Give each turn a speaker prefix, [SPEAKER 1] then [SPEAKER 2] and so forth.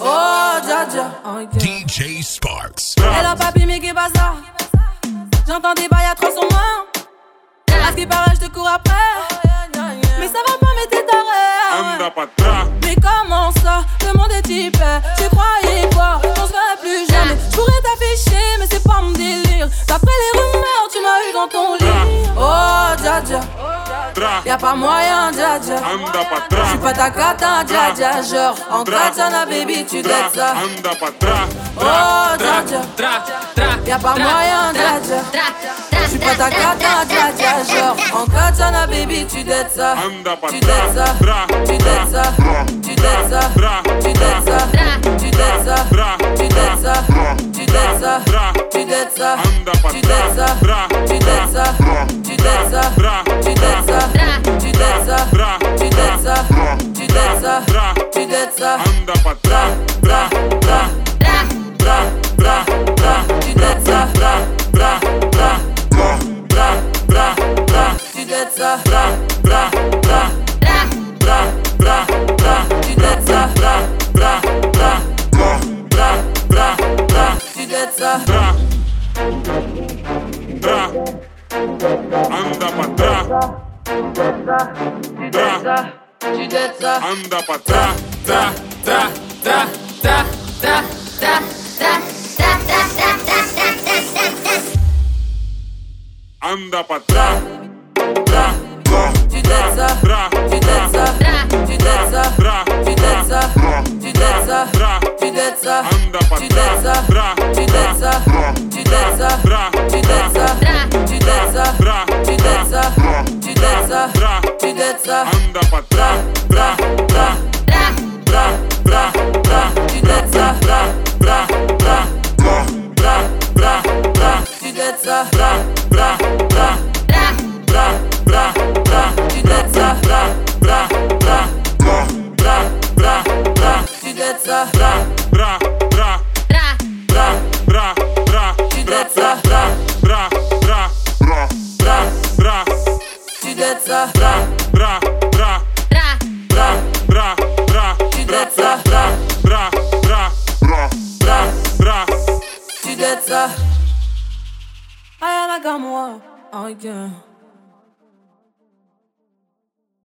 [SPEAKER 1] Oh, dingue.
[SPEAKER 2] DJ Sparks.
[SPEAKER 1] Elle a papy, mais qu'est pas ça? J'entends des bails à 300 moins. À ce qui paraît, je te cours après. Mais ça va pas, mais t'es taré. Mais comment ça? Le monde est type. Tu croyais quoi? J'en serais plus jamais. Je pourrais t'afficher, mais c'est pas mon délire. D'après les rumeurs, tu m'as eu dans ton lit. Oh, dja dja. Y'a pas moyen, dja dja. Je suis pas ta cata, dja dja. Genre, en katana, baby, tu dettes ça. Oh, dja dja. Y'a pas moyen, dja dja. Je suis pas ta cata, dja dja. Genre, en katana, baby, tu dettes ça. Tu dettes ça. Tu dettes ça. Tu dettes ça. Tu dettes ça. Tu dettes ça. Tu dettes ça. Tu dettes ça. Tu dettes ça. Tu dettes ça. Tu dettes ça. Tu dettes ça. Tu dettes ça. Tu dettes ça. Tu dettes ça. Tu dettes ça. Tu dettes ça. Bra, bra, bra, bra, bra. Tu dettes ça. Bra, bra, bra, bra, bra, bra. Tu dettes ça. Bra, bra, bra, bra, bra, bra. Tu dettes ça. Bra, bra, bra, bra, bra, bra. Tu dettes ça. Tu dettes ça. Tu dettes ça.
[SPEAKER 2] Anda pa atrás,
[SPEAKER 1] Tu dettes ça.
[SPEAKER 2] bra,
[SPEAKER 1] Tu dettes ça. Tu dettes ça.
[SPEAKER 2] bra,
[SPEAKER 1] Tu dettes ça. Tu dettes ça.
[SPEAKER 2] bra,
[SPEAKER 1] Tu dettes ça.
[SPEAKER 2] anda pa
[SPEAKER 1] Tu dettes ça.
[SPEAKER 2] atrás, bra,
[SPEAKER 1] Tu dettes ça. Tu dettes ça.
[SPEAKER 2] bra,
[SPEAKER 1] Tu dettes ça. Tu dettes ça.
[SPEAKER 2] bra,
[SPEAKER 1] Tu dettes ça. Tu dettes ça.
[SPEAKER 2] bra,
[SPEAKER 1] Tu dettes ça.
[SPEAKER 2] anda pa atrás,
[SPEAKER 1] Bra, bra, bra, bra, bra. Tu dettes ça. Bra, bra, bra, bra, bra, bra, bra. Tu dettes ça. Bra, bra, bra, bra, bra, bra. Tu dettes ça. Bra, bra, bra, bra, bra, bra, bra. Tu dettes ça. Bra,
[SPEAKER 2] bra, bra,
[SPEAKER 1] bra,
[SPEAKER 2] bra, bra,
[SPEAKER 1] tu dettes ça. Bra,
[SPEAKER 2] bra, bra,
[SPEAKER 1] bra,
[SPEAKER 2] bra,
[SPEAKER 1] tu dettes ça. Bra,
[SPEAKER 2] bra, bra,
[SPEAKER 1] bra,
[SPEAKER 2] bra, bra,
[SPEAKER 1] tu dettes ça. Bra,
[SPEAKER 2] bra, bra,
[SPEAKER 1] bra,
[SPEAKER 2] bra.
[SPEAKER 1] tu dettes ça. Ayana Gamoa, oh yeah.